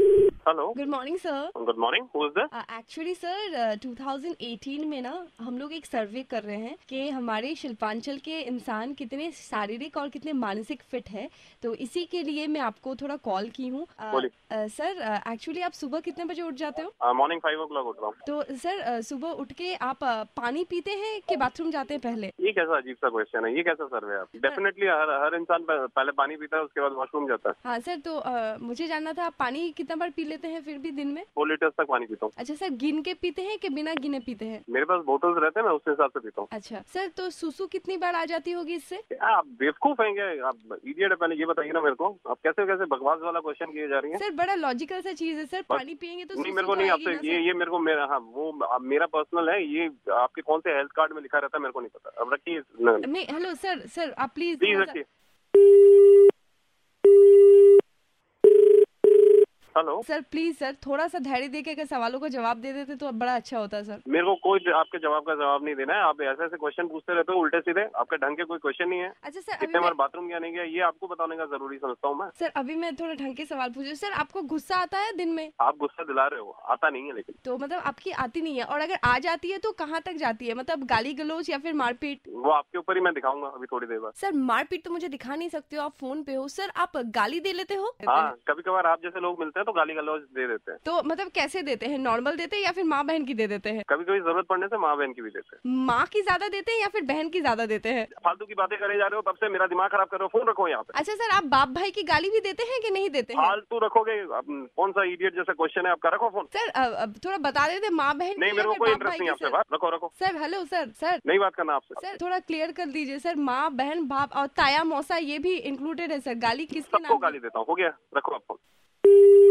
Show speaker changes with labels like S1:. S1: हूँ
S2: good morning sir
S1: good morning who is this
S2: Uh, actually sir 2018 में ना हम लोग एक सर्वे कर रहे हैं कि हमारे शिल्पांचल के इंसान कितने शारीरिक और कितने मानसिक फिट है तो इसी के लिए मैं आपको थोड़ा कॉल की हूँ Uh, अ,
S1: बोलिए।
S2: अ, सर एक्चुअली uh, आप सुबह कितने बजे उठ जाते हो
S1: मॉर्निंग फाइव ओ क्लॉक उठ रहा हूँ
S2: तो सर अ, सुबह उठ के आप अ, पानी पीते हैं कि बाथरूम जाते हैं पहले
S1: ये कैसा अजीब सा क्वेश्चन है ये कैसा सर्वे है आप डेफिनेटली हर हर इंसान पह- पहले पानी पीता है उसके बाद वॉशरूम जाता है
S2: हाँ सर तो अ, मुझे जानना था आप पानी कितना बार पी लेते हैं फिर भी दिन में
S1: फोर लीटर्स तक पानी पीता हूँ
S2: अच्छा सर गिन के पीते हैं कि बिना गिने पीते हैं
S1: मेरे पास बोटल्स रहते हैं मैं उसके हिसाब से पीता हूँ
S2: अच्छा सर तो सुसु कितनी बार आ जाती होगी इससे
S1: क्या आप बेवकूफ हैं क्या आप इडियट है पहले ये बताइए ना मेरे को आप कैसे कैसे बकवास वाला क्वेश्चन किए जा रही हैं
S2: सर बड़ा लॉजिकल सा चीज है सर पानी पियेंगे तो
S1: नहीं
S2: सुसु
S1: मेरे को
S2: तो
S1: नहीं
S2: आएगी
S1: आपसे
S2: ना,
S1: ये
S2: सर।
S1: ये मेरे को मेरा हाँ वो अब मेरा पर्सनल है ये आपके कौन से हेल्थ कार्ड में लिखा रहता है मेरे को नहीं पता अब रखिए प्लीज
S2: नहीं हेलो सर सर आप प्लीज
S1: रखिए हेलो
S2: सर प्लीज सर थोड़ा सा धैर्य देके अगर सवालों का जवाब दे देते तो बड़ा अच्छा होता सर
S1: मेरे को कोई आपके जवाब का जवाब नहीं देना है आप ऐसे ऐसे क्वेश्चन पूछते रहते हो उल्टे सीधे आपके ढंग के कोई क्वेश्चन नहीं है
S2: अच्छा सर अभी
S1: कितने बार
S2: मैं
S1: बाथरूम गया नहीं गया ये आपको बताने का जरूरी समझता हूँ मैं
S2: सर अभी मैं थोड़ा ढंग के सवाल पूछ रही हूँ सर आपको गुस्सा आता है दिन में
S1: आप गुस्सा दिला रहे हो आता नहीं है लेकिन
S2: तो मतलब आपकी आती नहीं है और अगर आ जाती है तो कहाँ तक जाती है मतलब गाली गलौज या फिर मारपीट
S1: वो आपके ऊपर ही मैं दिखाऊंगा अभी थोड़ी देर बाद
S2: सर मारपीट तो मुझे दिखा नहीं सकते हो आप फोन पे हो सर आप गाली दे लेते हो
S1: हाँ कभी कभार आप जैसे लोग मिलते हैं तो गाली गलौज दे देते हैं
S2: तो मतलब कैसे देते हैं नॉर्मल देते हैं या फिर माँ बहन की दे देते हैं
S1: कभी कभी जरूरत पड़ने से माँ बहन की भी देते हैं
S2: माँ की ज्यादा देते हैं या फिर बहन की ज्यादा देते हैं
S1: फालतू की बातें करे जा रहे हो तब से मेरा दिमाग खराब कर रहे हो फोन रखो यहाँ पे
S2: अच्छा सर आप बाप भाई की गाली भी देते हैं कि नहीं देते हैं
S1: फालतू रखोगे अब कौन सा इडियट जैसा क्वेश्चन है आपका रखो फोन
S2: सर अब अब थोड़ा बता देते माँ बहन की
S1: नहीं
S2: या
S1: मेरे को कोई
S2: फिर बाप भाई
S1: इंटरेस्ट नहीं
S2: की,
S1: आपसे
S2: सर?
S1: बात रखो रखो
S2: सर हेलो सर सर
S1: नहीं बात करना आपसे
S2: सर थोड़ा क्लियर कर दीजिए सर माँ बहन बाप और ताया मौसा ये भी इंक्लूडेड है सर गाली किसके
S1: सबको
S2: नाम
S1: गाली देता हूँ हो गया रखो आप फोन